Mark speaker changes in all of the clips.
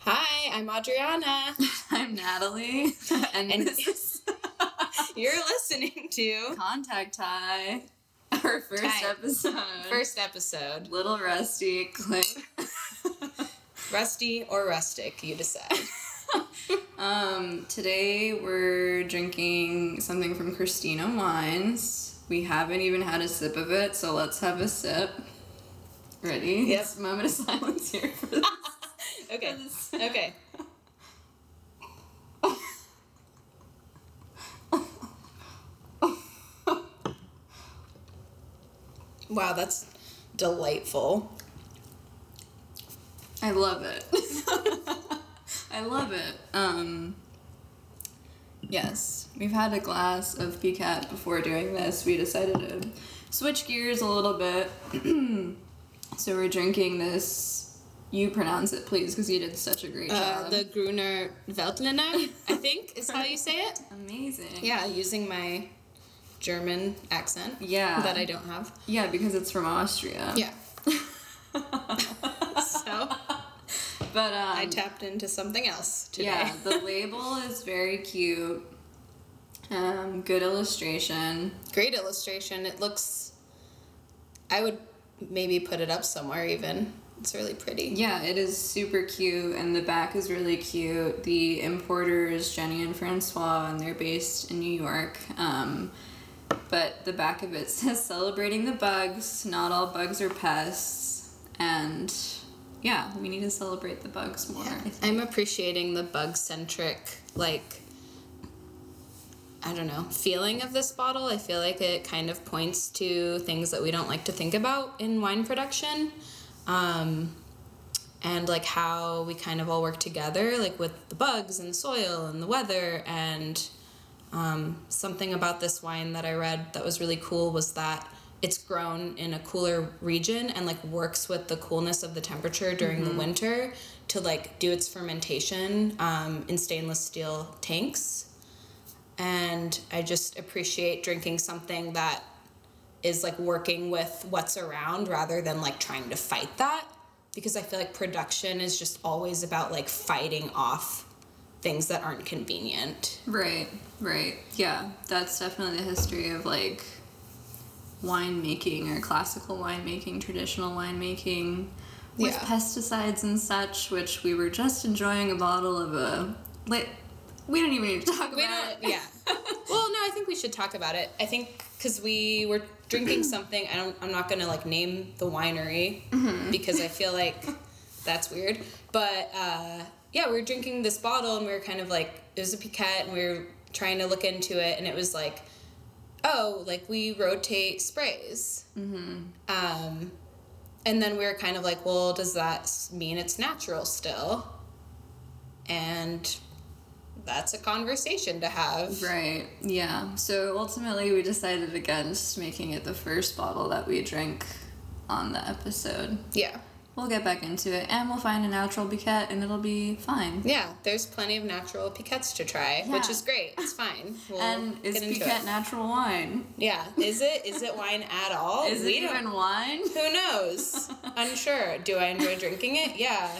Speaker 1: Hi, I'm Adriana.
Speaker 2: I'm Natalie, and,
Speaker 1: And-
Speaker 2: this is
Speaker 1: You're listening to
Speaker 2: Contact High, our first
Speaker 1: Hi.
Speaker 2: episode.
Speaker 1: first episode
Speaker 2: Little Rusty, click.
Speaker 1: Rusty or Rustic, you decide.
Speaker 2: um, today we're drinking something from Christina Wines. We haven't even had a sip of it, so let's have a sip. Ready?
Speaker 1: Yep.
Speaker 2: Just a moment of silence here for this.
Speaker 1: Okay.
Speaker 2: Yes.
Speaker 1: Okay. Wow, that's delightful.
Speaker 2: I love it. I love it. Um, yes, we've had a glass of PCAT before doing this. We decided to switch gears a little bit. so we're drinking this. You pronounce it, please, because you did such a great
Speaker 1: Uh,
Speaker 2: job.
Speaker 1: the Gruner Veltliner, I think, is how you say it.
Speaker 2: Amazing.
Speaker 1: Yeah, using my German accent
Speaker 2: Yeah.
Speaker 1: that I don't have.
Speaker 2: yeah, because it's from Austria.
Speaker 1: Yeah. so
Speaker 2: But um,
Speaker 1: I tapped into something else today.
Speaker 2: Yeah, the label is very cute. Um, good illustration.
Speaker 1: Great illustration. It looks. I would maybe put it up somewhere even. It's really pretty.
Speaker 2: Yeah, it is super cute, and the back is really cute. The importers, Jenny and Francois, and they're based in New York. Um, but the back of it says celebrating the bugs. Not all bugs are pests, and yeah, we need to celebrate the bugs more.
Speaker 1: I'm appreciating the bug centric, like, I don't know, feeling of this bottle. I feel like it kind of points to things that we don't like to think about in wine production. Um, and like how we kind of all work together, like with the bugs and the soil and the weather. And um, something about this wine that I read that was really cool was that it's grown in a cooler region and like works with the coolness of the temperature during the winter to like do its fermentation um, in stainless steel tanks. And I just appreciate drinking something that is like working with what's around rather than like trying to fight that because I feel like production is just always about like fighting off things that aren't convenient.
Speaker 2: Right, right. Yeah, that's definitely the history of like winemaking or classical winemaking, traditional winemaking with
Speaker 1: Yeah.
Speaker 2: pesticides and such, which we were just enjoying a bottle of a. Like, we don't even need to talk
Speaker 1: We
Speaker 2: about
Speaker 1: don't. Yeah. well, no, I think we should talk about it. I think because we were drinking something. I don't. I'm not gonna like name the winery because I feel like that's weird. But uh, yeah, we were drinking this bottle and we were kind of like it was a piquette and we were trying to look into it and it was like, oh, like we rotate sprays. Um, and then we were kind of like, well, does that s- mean it's natural still? And that's a conversation to have.
Speaker 2: Right, yeah. So ultimately, we decided against making it the first bottle that we drink on the episode.
Speaker 1: Yeah.
Speaker 2: We'll get back into it and we'll find a natural biquette and it'll be fine.
Speaker 1: Yeah, there's plenty of natural piquettes to try, which
Speaker 2: Yeah.
Speaker 1: is great. It's fine. We'll
Speaker 2: And is
Speaker 1: get into
Speaker 2: piquette
Speaker 1: it.
Speaker 2: natural wine?
Speaker 1: Yeah. Is it is it wine at all?
Speaker 2: Is
Speaker 1: we
Speaker 2: it
Speaker 1: don't-
Speaker 2: even wine?
Speaker 1: Who knows? Unsure. Do I enjoy drinking it? Yeah.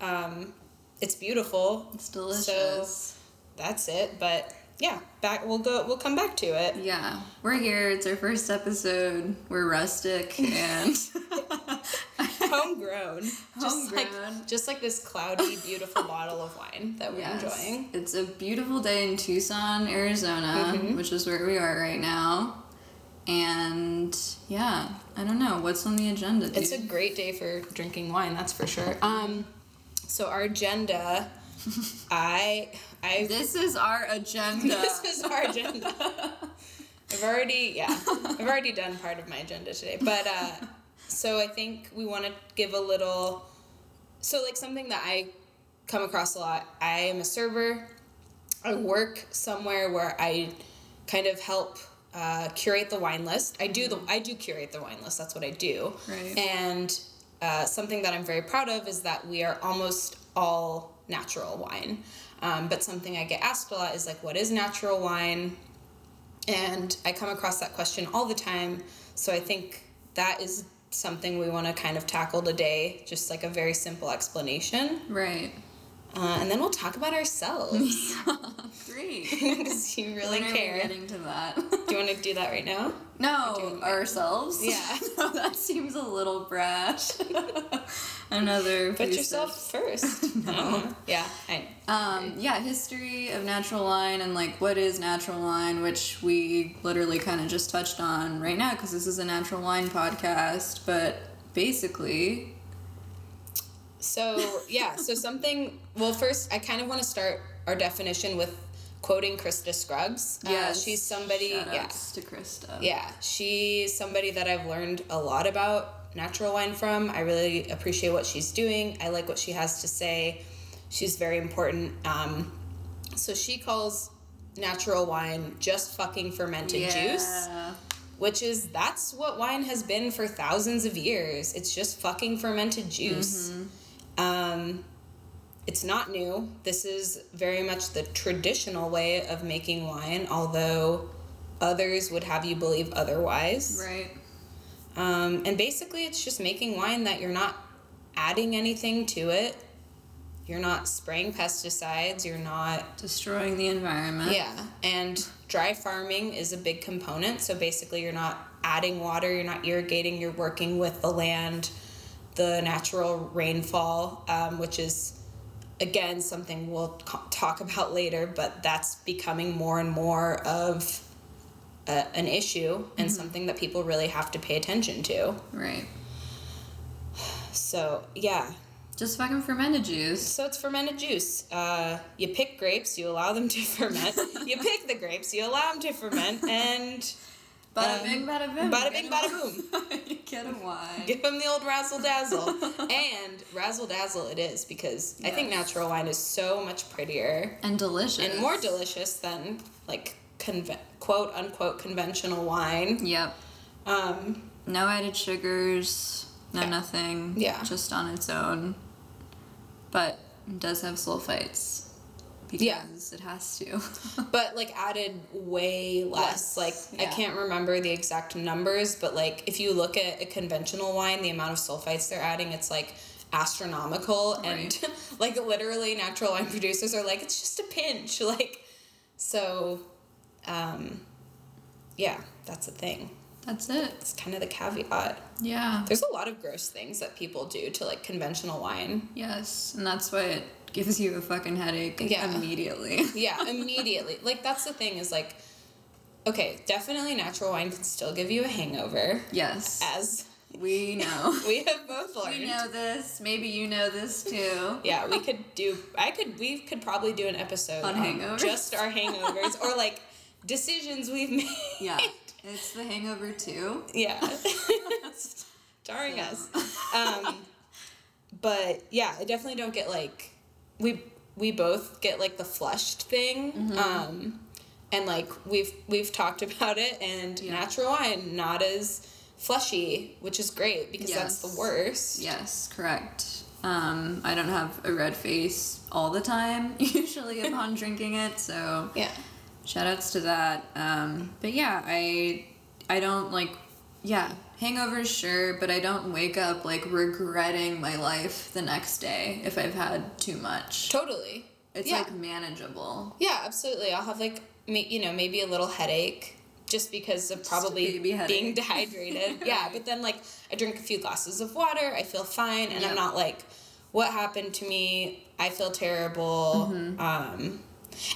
Speaker 1: Um, it's beautiful.
Speaker 2: It's delicious.
Speaker 1: That's it. But yeah, back we'll go we'll come back to it.
Speaker 2: yeah, we're here. It's our first episode. We're rustic and
Speaker 1: Homegrown. Just
Speaker 2: Homegrown.
Speaker 1: like just like this cloudy, beautiful bottle of wine that we're
Speaker 2: Yes.
Speaker 1: enjoying.
Speaker 2: It's a beautiful day in Tucson, Arizona,
Speaker 1: Mm-hmm.
Speaker 2: which is where we are right now. And yeah, I don't know what's on the agenda. Dude?
Speaker 1: It's a great day for drinking wine, that's for sure. Um, so our agenda, I, I.
Speaker 2: this is our agenda.
Speaker 1: This is our agenda. I've already, yeah, I've already done part of my agenda today, but uh, so I think we want to give a little so like something that I come across a lot. I am a server. I work somewhere where I kind of help uh, curate the wine list. I do the I do curate the wine list. That's what I do.
Speaker 2: Right.
Speaker 1: And uh, something that I'm very proud of is that we are almost all natural wine. Um, but something I get asked a lot is like, what is natural wine? And I come across that question all the time. So I think that is something we want to kind of tackle today, just like a very simple explanation.
Speaker 2: Right.
Speaker 1: Uh, and then we'll talk about ourselves
Speaker 2: Great.
Speaker 1: because you really
Speaker 2: When are we
Speaker 1: care.
Speaker 2: getting to that.
Speaker 1: Do you want to do that right now?
Speaker 2: No, ourselves.
Speaker 1: Yeah.
Speaker 2: no, that seems a little brash. Another.
Speaker 1: Put
Speaker 2: piece of-
Speaker 1: yourself first. no. Yeah. I,
Speaker 2: Um, yeah, history of natural wine and like what is natural wine, which we literally kind of just touched on right now because this is a natural wine podcast. But basically,
Speaker 1: so yeah. So something. Well, first, I kind of want to start our definition with quoting Krista Scruggs. Uh,
Speaker 2: yes,
Speaker 1: she's somebody.
Speaker 2: Shout
Speaker 1: yeah.
Speaker 2: outs to Krista.
Speaker 1: Yeah, she's somebody that I've learned a lot about natural wine from. I really appreciate what she's doing. I like what she has to say. She's very important. Um, so she calls natural wine just fucking fermented juice,
Speaker 2: Yeah.
Speaker 1: which is that's what wine has been for thousands of years. It's just fucking fermented juice. Um, it's not new. This is very much the traditional way of making wine, although others would have you believe otherwise.
Speaker 2: Right.
Speaker 1: Um, and basically, it's just making wine that you're not adding anything to it. You're not spraying pesticides. You're not.
Speaker 2: Destroying the environment.
Speaker 1: Yeah. And dry farming is a big component. So basically, you're not adding water, you're not irrigating, you're working with the land, the natural rainfall, um, which is, again, something we'll co- talk about later, but that's becoming more and more of a, an issue and something that people really have to pay attention to.
Speaker 2: Right.
Speaker 1: So yeah,
Speaker 2: Just fucking fermented juice.
Speaker 1: so it's fermented juice. Uh, you pick grapes, you allow them to ferment. you pick the grapes, you allow them to ferment, and
Speaker 2: Bada
Speaker 1: Um,
Speaker 2: bing, bada boom.
Speaker 1: bada bing, bada boom.
Speaker 2: boom. Get a wine.
Speaker 1: Give them the old razzle dazzle, and razzle dazzle it is because I think
Speaker 2: Yes.
Speaker 1: natural wine is so much prettier
Speaker 2: and delicious.
Speaker 1: and more delicious than like conven- quote unquote conventional wine.
Speaker 2: Yep.
Speaker 1: Um,
Speaker 2: No added sugars, no
Speaker 1: Yeah.
Speaker 2: nothing.
Speaker 1: Yeah.
Speaker 2: Just on its own. But it does have sulfites. Because
Speaker 1: Yeah.
Speaker 2: it has to.
Speaker 1: but like added way less.
Speaker 2: Less,
Speaker 1: Like I
Speaker 2: yeah.
Speaker 1: can't remember the exact numbers, but like if you look at a conventional wine, the amount of sulfites they're adding, it's like astronomical and like literally natural wine producers are like it's just a pinch like so um yeah that's a thing
Speaker 2: That's it.
Speaker 1: it's kind of the caveat
Speaker 2: Yeah.
Speaker 1: there's a lot of gross things that people do to like conventional wine
Speaker 2: Yes. And that's why it gives you a fucking headache
Speaker 1: Yeah.
Speaker 2: immediately.
Speaker 1: yeah immediately like that's the thing is like okay definitely natural wine can still give you a hangover
Speaker 2: yes.
Speaker 1: as
Speaker 2: we know.
Speaker 1: we have both learned.
Speaker 2: we know this. Maybe you know this too.
Speaker 1: Yeah, we could do. I could. We could probably do an episode
Speaker 2: On hangovers.
Speaker 1: just our hangovers, or like decisions we've made.
Speaker 2: Yeah. It's the hangover too.
Speaker 1: Yeah. Darn us. Um, but yeah, I definitely don't get like we we both get like the flushed thing.
Speaker 2: Mm-hmm.
Speaker 1: Um, and like we've we've talked about it and natural wine not as flushy, which is great because that's
Speaker 2: Yes.
Speaker 1: the worst.
Speaker 2: Yes, correct. Um, I don't have a red face all the time, usually upon drinking it, so
Speaker 1: Yeah.
Speaker 2: shout outs to that. Um, but yeah, I I don't like yeah, hangovers sure, but I don't wake up like regretting my life the next day if I've had too much.
Speaker 1: Totally.
Speaker 2: It's
Speaker 1: yeah.
Speaker 2: like manageable.
Speaker 1: Yeah, absolutely. I'll have like ma- you know maybe a little headache just because of probably
Speaker 2: baby headache.
Speaker 1: being dehydrated. Yeah, but then like I drink a few glasses of water, I feel fine, and I'm
Speaker 2: Yep.
Speaker 1: not like, what happened to me? I feel terrible.
Speaker 2: Mm-hmm.
Speaker 1: Um,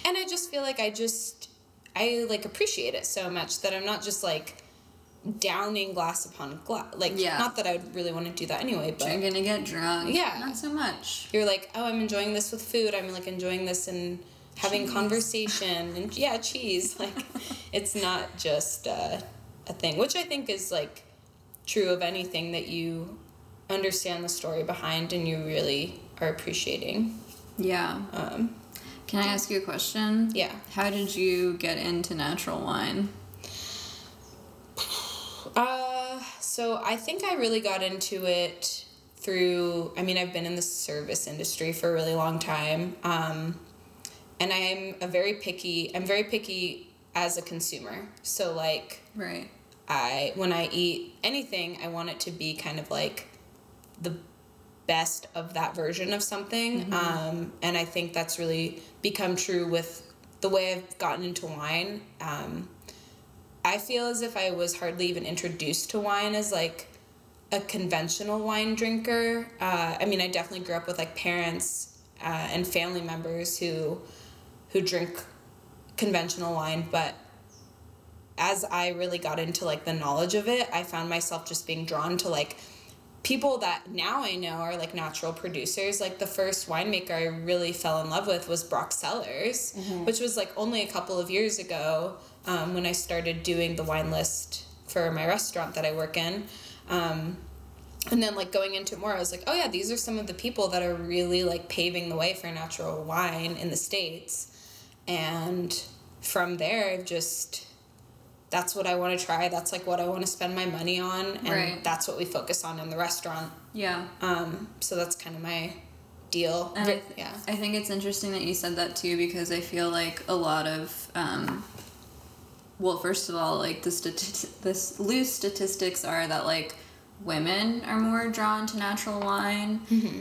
Speaker 1: and I just feel like I just I like appreciate it so much that I'm not just like downing glass upon glass. Like
Speaker 2: Yeah.
Speaker 1: not that I would really want to do that anyway, but
Speaker 2: You're gonna get drunk.
Speaker 1: Yeah.
Speaker 2: Not so much.
Speaker 1: you're like, oh, I'm enjoying this with food. I'm like enjoying this and having conversation and yeah, cheese. Like, it's not just uh, a thing, which I think is like true of anything that you understand the story behind and you really are appreciating.
Speaker 2: Yeah.
Speaker 1: Um,
Speaker 2: Can I ask you a question?
Speaker 1: yeah.
Speaker 2: How did you get into natural wine?
Speaker 1: Uh, so I think I really got into it through. I mean, I've been in the service industry for a really long time, um, and I'm a very picky. I'm very picky as a consumer. So like,
Speaker 2: Right.
Speaker 1: I when I eat anything, I want it to be kind of like the best of that version of something. Um, and I think that's really become true with the way I've gotten into wine. Um, I feel as if I was hardly even introduced to wine as like a conventional wine drinker. Uh, I mean, I definitely grew up with like parents uh, and family members who who drink conventional wine, but as I really got into like the knowledge of it, I found myself just being drawn to like people that now I know are like natural producers. Like the first winemaker I really fell in love with was Brock Sellers, which was like only a couple of years ago um, when I started doing the wine list for my restaurant that I work in. Um, and then like going into it more, I was like, oh yeah, these are some of the people that are really like paving the way for natural wine in the states. And from there, I've just that's what I want to try. That's like what I want to spend my money on, and
Speaker 2: Right.
Speaker 1: that's what we focus on in the restaurant.
Speaker 2: Yeah.
Speaker 1: Um, so that's kind of my deal.
Speaker 2: And I th-
Speaker 1: yeah.
Speaker 2: I think it's interesting that you said that too because I feel like a lot of, um, well, first of all, like the stati- this loose statistics are that like women are more drawn to natural wine,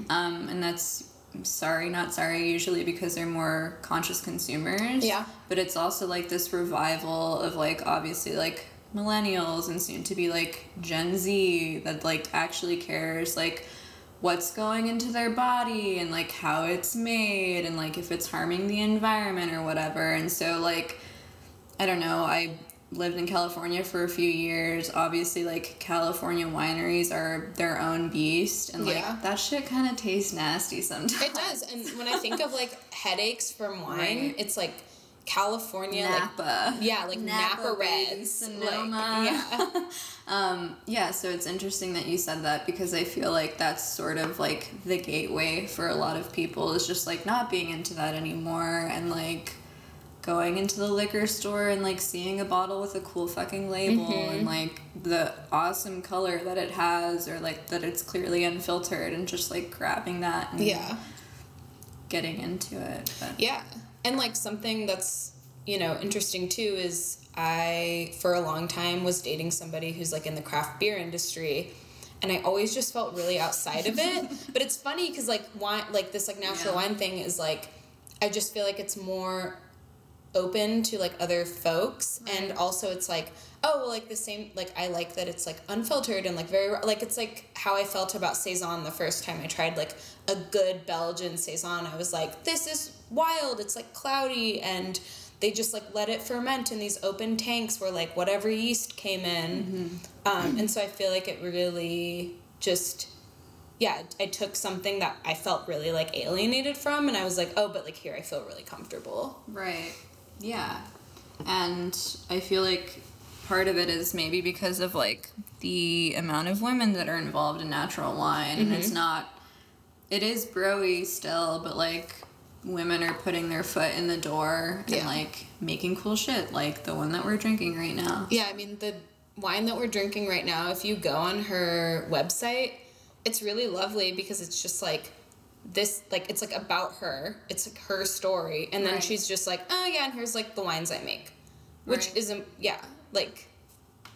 Speaker 2: um, and that's sorry, not sorry, usually because they're more conscious consumers.
Speaker 1: Yeah.
Speaker 2: But it's also like this revival of like obviously like millennials and soon to be like Gen Z that like actually cares like what's going into their body and like how it's made and like if it's harming the environment or whatever. And so like I don't know, I lived in California for a few years. Obviously like California wineries are their own beast and like
Speaker 1: Yeah.
Speaker 2: that shit kind of tastes nasty sometimes.
Speaker 1: It does. And when I think of like headaches from wine,
Speaker 2: Right.
Speaker 1: it's like California,
Speaker 2: Napa.
Speaker 1: like yeah, like Napa,
Speaker 2: baby,
Speaker 1: Reds, like
Speaker 2: Sonoma.
Speaker 1: yeah,
Speaker 2: um, yeah, so it's interesting that you said that because I feel like that's sort of like the gateway for a lot of people is just like not being into that anymore and like going into the liquor store and like seeing a bottle with a cool fucking label
Speaker 1: Mm-hmm.
Speaker 2: and like the awesome color that it has or like that it's clearly unfiltered and just like grabbing that and
Speaker 1: yeah.
Speaker 2: getting into it. But
Speaker 1: Yeah. And like something that's, you know, interesting too is I, for a long time, was dating somebody who's like in the craft beer industry. And I always just felt really outside of it. but it's funny because like wine, like this like natural
Speaker 2: Yeah.
Speaker 1: wine thing is like, I just feel like it's more open to like other folks and also it's like oh well, like the same like i like that it's like unfiltered and like very like it's like how i felt about saison the first time i tried like a good belgian saison i was like this is wild it's like cloudy and they just like let it ferment in these open tanks where like whatever yeast came in um, and so i feel like it really just yeah i took something that i felt really like alienated from and i was like oh but like here i feel really comfortable
Speaker 2: Right. Yeah. And I feel like part of it is maybe because of like the amount of women that are involved in natural wine
Speaker 1: Mm-hmm.
Speaker 2: and it's not it is broy still, but like women are putting their foot in the door and
Speaker 1: Yeah.
Speaker 2: like making cool shit like the one that we're drinking right now.
Speaker 1: Yeah, I mean the wine that we're drinking right now, if you go on her website, it's really lovely because it's just like this like it's like about her. It's like her story and then
Speaker 2: Right.
Speaker 1: she's just like, "Oh yeah, and here's like the wines I make." Which
Speaker 2: Right.
Speaker 1: isn't yeah, like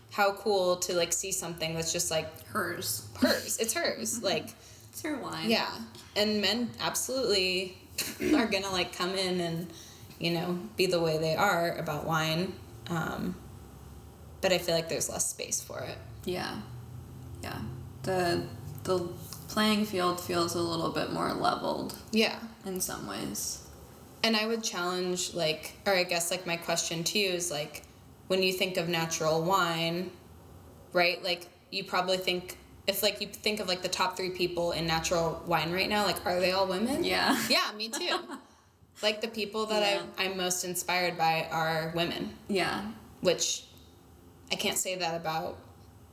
Speaker 1: how cool to like see something that's just like
Speaker 2: Hers.
Speaker 1: hers. It's hers. like
Speaker 2: It's her wine.
Speaker 1: yeah. And men absolutely are going to like come in and you know, be the way they are about wine. Um but I feel like there's less space for it.
Speaker 2: Yeah. Yeah. The the playing field feels a little bit more leveled
Speaker 1: Yeah.
Speaker 2: in some ways.
Speaker 1: And I would challenge, like, or I guess, like, my question to you is, like, when you think of natural wine, right? Like, you probably think, if, like, you think of, like, the top three people in natural wine right now, like, are they all women?
Speaker 2: Yeah.
Speaker 1: Yeah, me too. like, the people that
Speaker 2: Yeah.
Speaker 1: I, I'm most inspired by are women,
Speaker 2: Yeah.
Speaker 1: which I can't say that about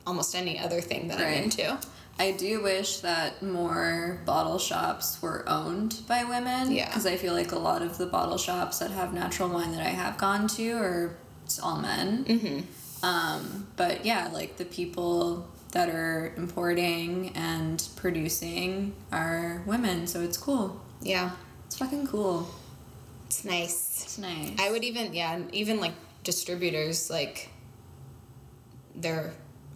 Speaker 1: almost any other thing that
Speaker 2: Right.
Speaker 1: I'm into.
Speaker 2: I do wish that more bottle shops were owned by women.
Speaker 1: Yeah.
Speaker 2: Because I feel like a lot of the bottle shops that have natural wine that I have gone to are it's all men. Mm-hmm. Um, but yeah, like the people that are importing and producing are women, so it's cool.
Speaker 1: Yeah,
Speaker 2: It's fucking cool.
Speaker 1: it's nice.
Speaker 2: It's nice.
Speaker 1: I would even yeah, and even like distributors like they're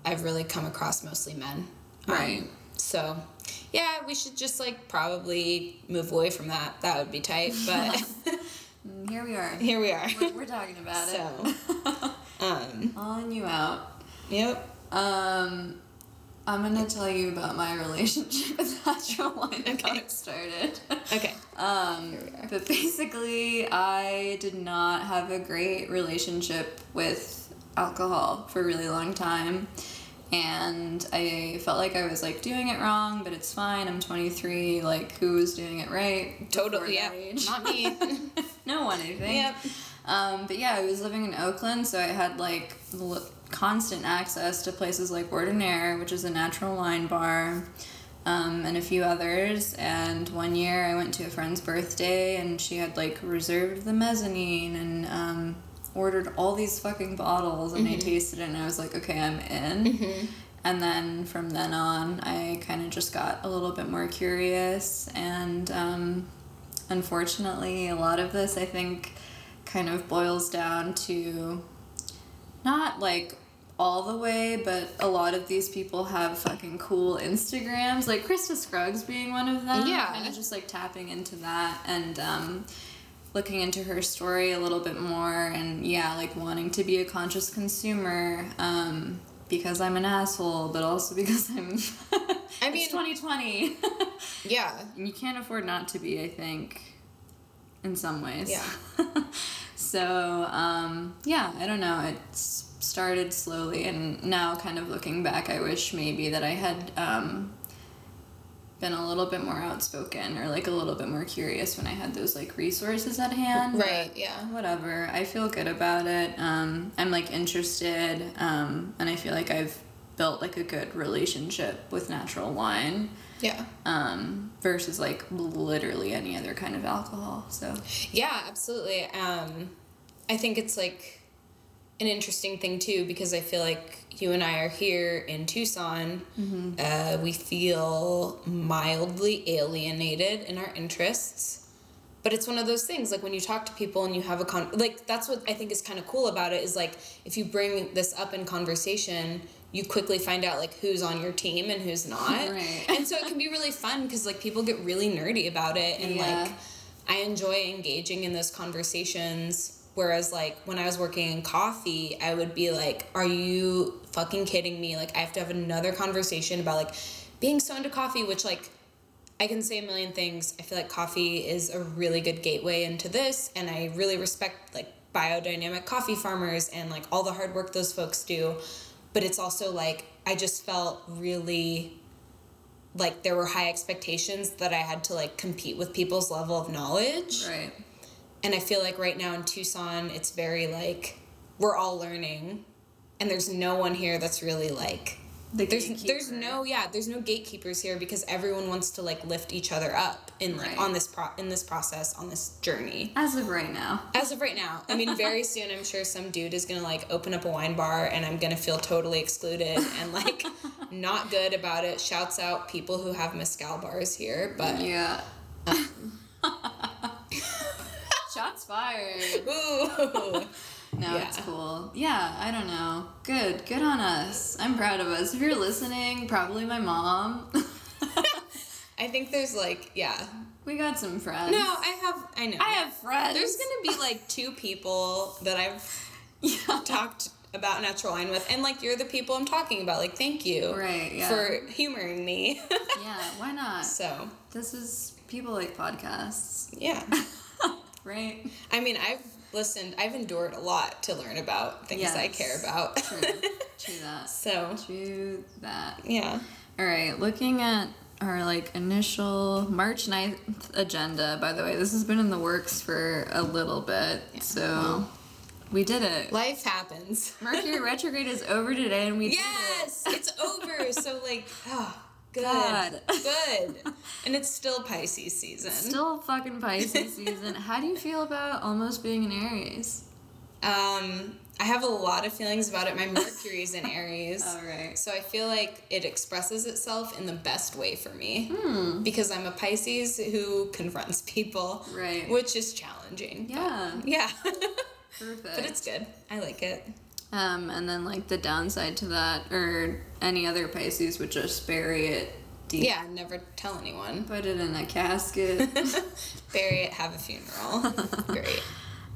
Speaker 1: I've really come across mostly men. Um,
Speaker 2: Right.
Speaker 1: so yeah, we should just like probably move away from that. That would be tight, but
Speaker 2: And Here we are.
Speaker 1: here we are.
Speaker 2: We're, we're talking about
Speaker 1: So,
Speaker 2: it.
Speaker 1: um,
Speaker 2: On you out.
Speaker 1: yep.
Speaker 2: Um, I'm gonna tell you about my relationship with natural wine and how
Speaker 1: Okay.
Speaker 2: it started.
Speaker 1: Okay.
Speaker 2: Um,
Speaker 1: Here we are.
Speaker 2: but basically, I did not have a great relationship with alcohol for a really long time. And I felt like I was like doing it wrong, but it's fine. I'm 23. Like, who was doing it right? before
Speaker 1: Totally. Yeah.
Speaker 2: that age?
Speaker 1: Not me.
Speaker 2: no one, I think.
Speaker 1: Yep.
Speaker 2: Um, but yeah, I was living in Oakland, so I had like l- constant access to places like Ordinaire, which is a natural wine bar, um, and a few others. And one year I went to a friend's birthday, and she had like reserved the mezzanine and um, ordered all these fucking bottles, and I tasted it, and I was like, okay, I'm in. And then from then on, I kind of just got a little bit more curious. And um, unfortunately, a lot of this, I think, kind of boils down to not like all the way, but a lot of these people have fucking cool Instagrams, like Krista Scruggs being one of them.
Speaker 1: Yeah.
Speaker 2: Kind of just like tapping into that and um, looking into her story a little bit more and yeah, like wanting to be a conscious consumer. Um, because I'm an asshole, but also because I'm.
Speaker 1: I
Speaker 2: It's
Speaker 1: mean-
Speaker 2: 2020.
Speaker 1: yeah.
Speaker 2: And you can't afford not to be, I think, in some ways.
Speaker 1: Yeah.
Speaker 2: so, um, yeah, I don't know. It s- started slowly, and now, kind of looking back, I wish maybe that I had um, been a little bit more outspoken or like a little bit more curious when I had those like resources at hand.
Speaker 1: Right,
Speaker 2: But
Speaker 1: yeah.
Speaker 2: Whatever. I feel good about it. Um, I'm like interested, um, and I feel like I've built like a good relationship with natural wine
Speaker 1: Yeah.
Speaker 2: um, versus like literally any other kind of alcohol. So
Speaker 1: Yeah, absolutely. Um, I think it's like an interesting thing too because I feel like you and I are here in Tucson. Uh, we feel mildly alienated in our interests. But it's one of those things like when you talk to people and you have a con like that's what I think is kind of cool about it is like if you bring this up in conversation, you quickly find out like who's on your team and who's not.
Speaker 2: Right.
Speaker 1: And so it can be really fun cuz like people get really nerdy about it and
Speaker 2: Yeah.
Speaker 1: like I enjoy engaging in those conversations. Whereas, like, when I was working in coffee, I would be like, Are you fucking kidding me? Like, I have to have another conversation about, like, being so into coffee, which, like, I can say a million things. I feel like coffee is a really good gateway into this, and I really respect, like, biodynamic coffee farmers and, like, all the hard work those folks do. But it's also, like, I just felt really like there were high expectations that I had to like compete with people's level of knowledge.
Speaker 2: right,
Speaker 1: And I feel like right now in Tucson, it's very like we're all learning, and there's no one here that's really like
Speaker 2: The
Speaker 1: there's there's
Speaker 2: gatekeeper.
Speaker 1: no yeah there's no gatekeepers here because everyone wants to like lift each other up in like
Speaker 2: Right.
Speaker 1: on this pro in this process on this journey.
Speaker 2: as of right now,
Speaker 1: As of right now, I mean, very soon, I'm sure some dude is gonna like open up a wine bar, and I'm gonna feel totally excluded and like not good about it. Shouts out people who have mezcal bars here, but
Speaker 2: yeah. Shots fired.
Speaker 1: ooh,
Speaker 2: No,
Speaker 1: Yeah.
Speaker 2: it's cool. Yeah, I don't know. Good, good on us. I'm proud of us. If you're listening, probably my mom.
Speaker 1: I think there's like yeah.
Speaker 2: we got some friends.
Speaker 1: No, I have I know.
Speaker 2: I have friends.
Speaker 1: There's gonna be like two people that I've
Speaker 2: yeah.
Speaker 1: talked about natural wine with, and like you're the people I'm talking about. Like, thank you
Speaker 2: Right, yeah.
Speaker 1: for humoring me.
Speaker 2: yeah. Why not?
Speaker 1: so
Speaker 2: This is people like podcasts,
Speaker 1: yeah.
Speaker 2: right?
Speaker 1: I mean, I've listened, I've endured a lot to learn about things I
Speaker 2: Yes.
Speaker 1: care about.
Speaker 2: True. True that.
Speaker 1: so,
Speaker 2: True that.
Speaker 1: yeah.
Speaker 2: All right, looking at our like initial March 9th agenda, by the way, this has been in the works for a little bit. So we did it.
Speaker 1: Life happens.
Speaker 2: Mercury retrograde is over today and we
Speaker 1: Yes! It's over. So, like, oh, Good.
Speaker 2: God.
Speaker 1: Good. And it's still Pisces season.
Speaker 2: Still fucking Pisces season. How do you feel about almost being an Aries?
Speaker 1: Um, I have a lot of feelings about it. My Mercury's in Aries.
Speaker 2: All right.
Speaker 1: So I feel like it expresses itself in the best way for me
Speaker 2: Hmm.
Speaker 1: because I'm a Pisces who confronts people,
Speaker 2: Right.
Speaker 1: which is challenging.
Speaker 2: Yeah.
Speaker 1: Yeah.
Speaker 2: Perfect.
Speaker 1: but it's good. I like it.
Speaker 2: Um, and then like the downside to that, or any other Pisces would just bury it deep,
Speaker 1: Yeah, never tell anyone.
Speaker 2: put it in a casket.
Speaker 1: Bury it, have a funeral. Great.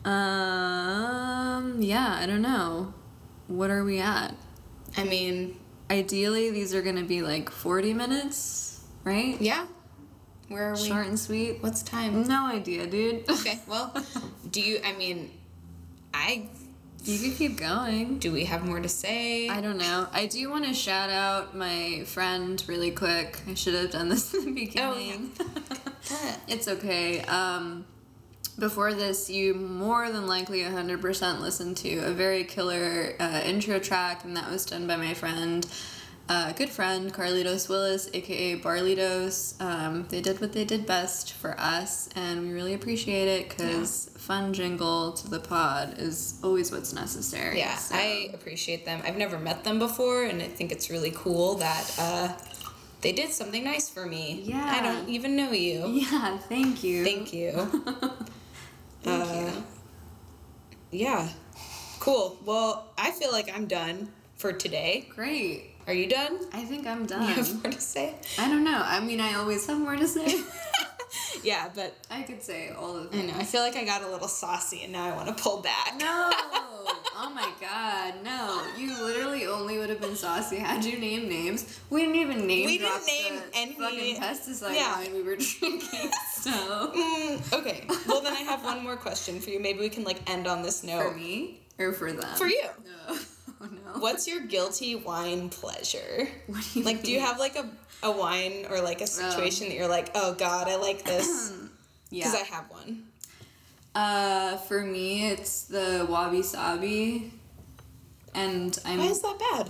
Speaker 2: um, yeah, I don't know. What are we at?
Speaker 1: I mean,
Speaker 2: Ideally, these are gonna be like forty minutes, right?
Speaker 1: yeah. Where are we?
Speaker 2: Short and sweet.
Speaker 1: What's time?
Speaker 2: No idea, dude.
Speaker 1: Okay, well, do you, I mean, I,
Speaker 2: you could keep going.
Speaker 1: do we have more to say?
Speaker 2: I don't know. I do want to shout out my friend really quick. I should have done this in the
Speaker 1: Oh,
Speaker 2: beginning.
Speaker 1: But-
Speaker 2: it's okay. Um, before this, you more than likely 100% listened to a very killer uh, intro track, and that was done by my friend, uh, good friend, Carlitos Willis, aka Barlitos. Um, they did what they did best for us, and we really appreciate it because fun jingle to the pod is always what's necessary.
Speaker 1: Yeah,
Speaker 2: So-
Speaker 1: I appreciate them. I've never met them before, and I think it's really cool that uh, they did something nice for me.
Speaker 2: Yeah.
Speaker 1: I don't even know you.
Speaker 2: Yeah, thank you.
Speaker 1: Thank you.
Speaker 2: Thank
Speaker 1: Uh, Yeah. Cool. Well, I feel like I'm done for today.
Speaker 2: you. Great.
Speaker 1: Are you done?
Speaker 2: I think I'm
Speaker 1: You have
Speaker 2: done.
Speaker 1: more to say?
Speaker 2: I don't know. I mean, I always have more to say.
Speaker 1: Yeah, but
Speaker 2: I could say all of
Speaker 1: I
Speaker 2: it.
Speaker 1: know. I feel like I got a little saucy, and now I want to pull back.
Speaker 2: No. Oh my god, no. You literally only would have been saucy had you named names. We didn't even name
Speaker 1: We
Speaker 2: drop
Speaker 1: didn't name
Speaker 2: the
Speaker 1: any-
Speaker 2: fucking pesticide
Speaker 1: Yeah.
Speaker 2: wine we were drinking. So
Speaker 1: Mm, okay. Well, then I have one more question for you. Maybe we can like end on this note.
Speaker 2: for me or for them?
Speaker 1: For you.
Speaker 2: No. Oh no.
Speaker 1: What's your guilty wine pleasure?
Speaker 2: What do you
Speaker 1: Like, do you
Speaker 2: mean?
Speaker 1: have like a, a wine or like a situation that you're like, oh God, I like this?
Speaker 2: Yeah.
Speaker 1: Because I have one.
Speaker 2: Uh, for me, it's the wabi sabi, and I'm
Speaker 1: Why is that bad?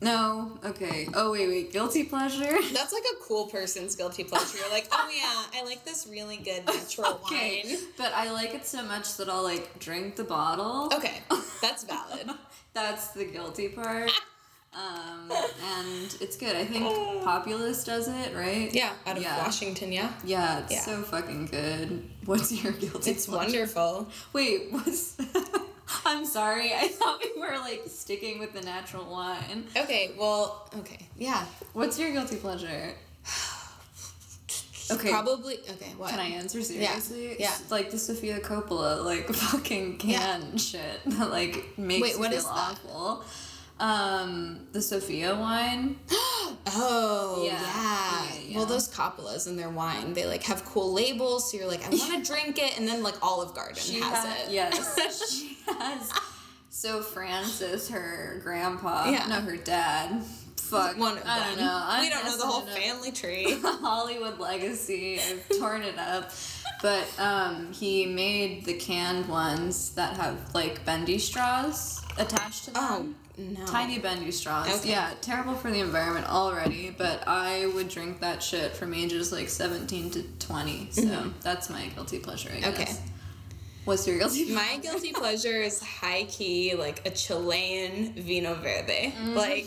Speaker 2: no okay. Oh wait, wait, guilty pleasure.
Speaker 1: That's like a cool person's guilty pleasure. You're like, oh yeah, I like this really good natural
Speaker 2: Okay,
Speaker 1: wine.
Speaker 2: but I like it so much that I'll like drink the bottle.
Speaker 1: Okay, that's valid.
Speaker 2: That's the guilty part. Um, and it's good. I think Populous does it, right?
Speaker 1: Yeah, out of
Speaker 2: Yeah.
Speaker 1: Washington, yeah.
Speaker 2: Yeah, it's
Speaker 1: Yeah.
Speaker 2: so fucking good. What's your guilty?
Speaker 1: It's
Speaker 2: pleasure?
Speaker 1: wonderful.
Speaker 2: Wait, what's? I'm sorry. I thought we were like sticking with the natural wine.
Speaker 1: Okay, well, okay, yeah.
Speaker 2: What's your guilty pleasure? Okay.
Speaker 1: Probably, okay, what?
Speaker 2: Can I answer seriously?
Speaker 1: Yeah.
Speaker 2: It's like the Sophia Coppola, like fucking can shit that like makes
Speaker 1: Wait,
Speaker 2: me
Speaker 1: what
Speaker 2: feel
Speaker 1: is that?
Speaker 2: awful. Um, the Sophia wine.
Speaker 1: Oh yeah.
Speaker 2: Yeah, yeah,
Speaker 1: Well,
Speaker 2: yeah.
Speaker 1: those Coppolas and their wine, they like have cool labels, so you're like, I want to drink it, and then like Olive Garden has
Speaker 2: ha-
Speaker 1: it.
Speaker 2: Yes, she has. So Francis, her grandpa,
Speaker 1: Yeah.
Speaker 2: no, her dad. Fuck,
Speaker 1: One of
Speaker 2: I
Speaker 1: them.
Speaker 2: don't know. I'm
Speaker 1: we don't know the
Speaker 2: messing
Speaker 1: whole
Speaker 2: it up.
Speaker 1: family tree.
Speaker 2: the Hollywood legacy. I've torn it up. But um, he made the canned ones that have like bendy straws attached to them.
Speaker 1: oh no.
Speaker 2: Tiny bendy straws.
Speaker 1: Okay.
Speaker 2: Yeah, terrible for the environment already, but I would drink that shit from ages like 17 to 20. So that's my guilty pleasure, I guess.
Speaker 1: Mm-hmm. Okay.
Speaker 2: What's your guilty pleasure?
Speaker 1: My guilty pleasure is high key, like a Chilean vino verde.
Speaker 2: Mm-hmm.
Speaker 1: Like,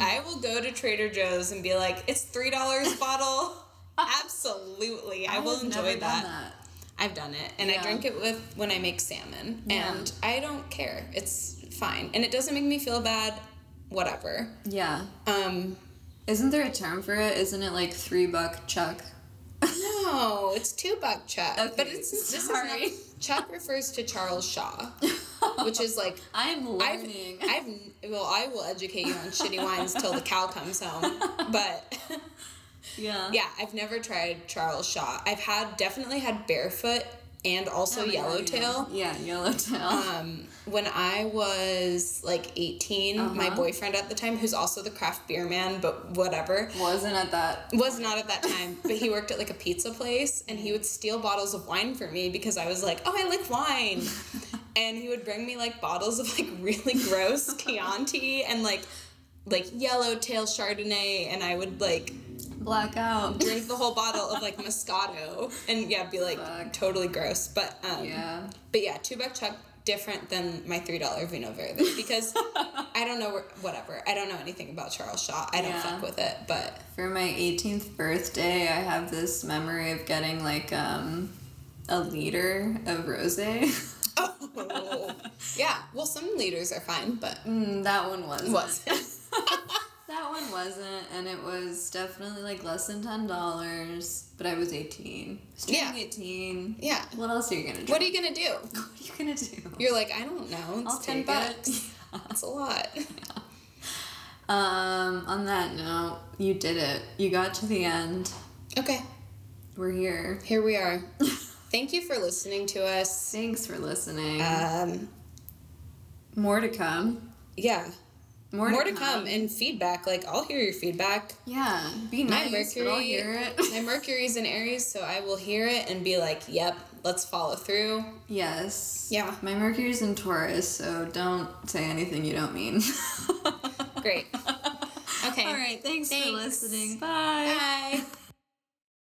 Speaker 1: I will go to Trader Joe's and be like, it's $3 a bottle. Absolutely. I, will
Speaker 2: I've
Speaker 1: enjoy
Speaker 2: never done
Speaker 1: that. I've done it, and I
Speaker 2: Yeah.
Speaker 1: drink it with when I make salmon,
Speaker 2: Yeah.
Speaker 1: and I don't care. It's fine, and it doesn't make me feel bad. Whatever.
Speaker 2: Yeah.
Speaker 1: Um,
Speaker 2: Isn't there a term for it? Isn't it like three buck chuck?
Speaker 1: no, it's two buck chuck, but
Speaker 2: Okay,
Speaker 1: it's this
Speaker 2: sorry.
Speaker 1: is not, chuck refers to Charles Shaw, which is like
Speaker 2: I'm
Speaker 1: I've,
Speaker 2: learning.
Speaker 1: I've well I will educate you on shitty wines till the cow comes home, but
Speaker 2: yeah.
Speaker 1: yeah, I've never tried Charles Shaw. I've had definitely had barefoot and also
Speaker 2: Oh my God,
Speaker 1: yellowtail.
Speaker 2: Yeah, Yeah, yellowtail.
Speaker 1: um, when I was like 18, my
Speaker 2: Uh-huh.
Speaker 1: boyfriend at the time, who's also the craft beer man, but whatever,
Speaker 2: Wasn't at that.
Speaker 1: was not at that time, but he worked at like a pizza place and he would steal bottles of wine for me because I was like, oh, I like wine. and he would bring me like bottles of like really gross Chianti and like like yellowtail Chardonnay and I would like
Speaker 2: blackout.
Speaker 1: drink the whole bottle of like Moscato and yeah, be like
Speaker 2: Fuck.
Speaker 1: totally gross. But um,
Speaker 2: Yeah.
Speaker 1: But yeah, two buck chuck different than my three dollar Vino Verde because I don't know where, whatever. I don't know anything about Charles Shaw. I don't
Speaker 2: Yeah.
Speaker 1: fuck with it. But
Speaker 2: For my 18th birthday, I have this memory of getting like um, a liter of rose.
Speaker 1: yeah, well, some leaders are fine, but
Speaker 2: Mm, that one was.
Speaker 1: what?
Speaker 2: That one wasn't, and it was definitely like less than ten dollars. But I was eighteen. I was turning
Speaker 1: Yeah.
Speaker 2: eighteen.
Speaker 1: yeah.
Speaker 2: What else are you gonna do?
Speaker 1: What are you gonna do?
Speaker 2: What are you gonna do?
Speaker 1: You're like, I don't know. It's
Speaker 2: I'll
Speaker 1: ten
Speaker 2: take
Speaker 1: bucks. It's a lot.
Speaker 2: Um. On that note, you did it. You got to the end.
Speaker 1: Okay,
Speaker 2: We're here.
Speaker 1: here we are. Thank you for listening to us.
Speaker 2: Thanks for listening.
Speaker 1: Um,
Speaker 2: more to come.
Speaker 1: yeah.
Speaker 2: More,
Speaker 1: more to come and feedback. Like I'll hear your feedback.
Speaker 2: Yeah. Be
Speaker 1: My
Speaker 2: nice, but I'll
Speaker 1: Mercury,
Speaker 2: hear it.
Speaker 1: my Mercury's in Aries, so I will hear it and be like, "Yep, let's follow through."
Speaker 2: yes.
Speaker 1: Yeah.
Speaker 2: My Mercury's in Taurus, so don't say anything you don't mean.
Speaker 1: Great. Okay.
Speaker 2: All right. Thanks, for
Speaker 1: Thanks.
Speaker 2: listening.
Speaker 1: Bye.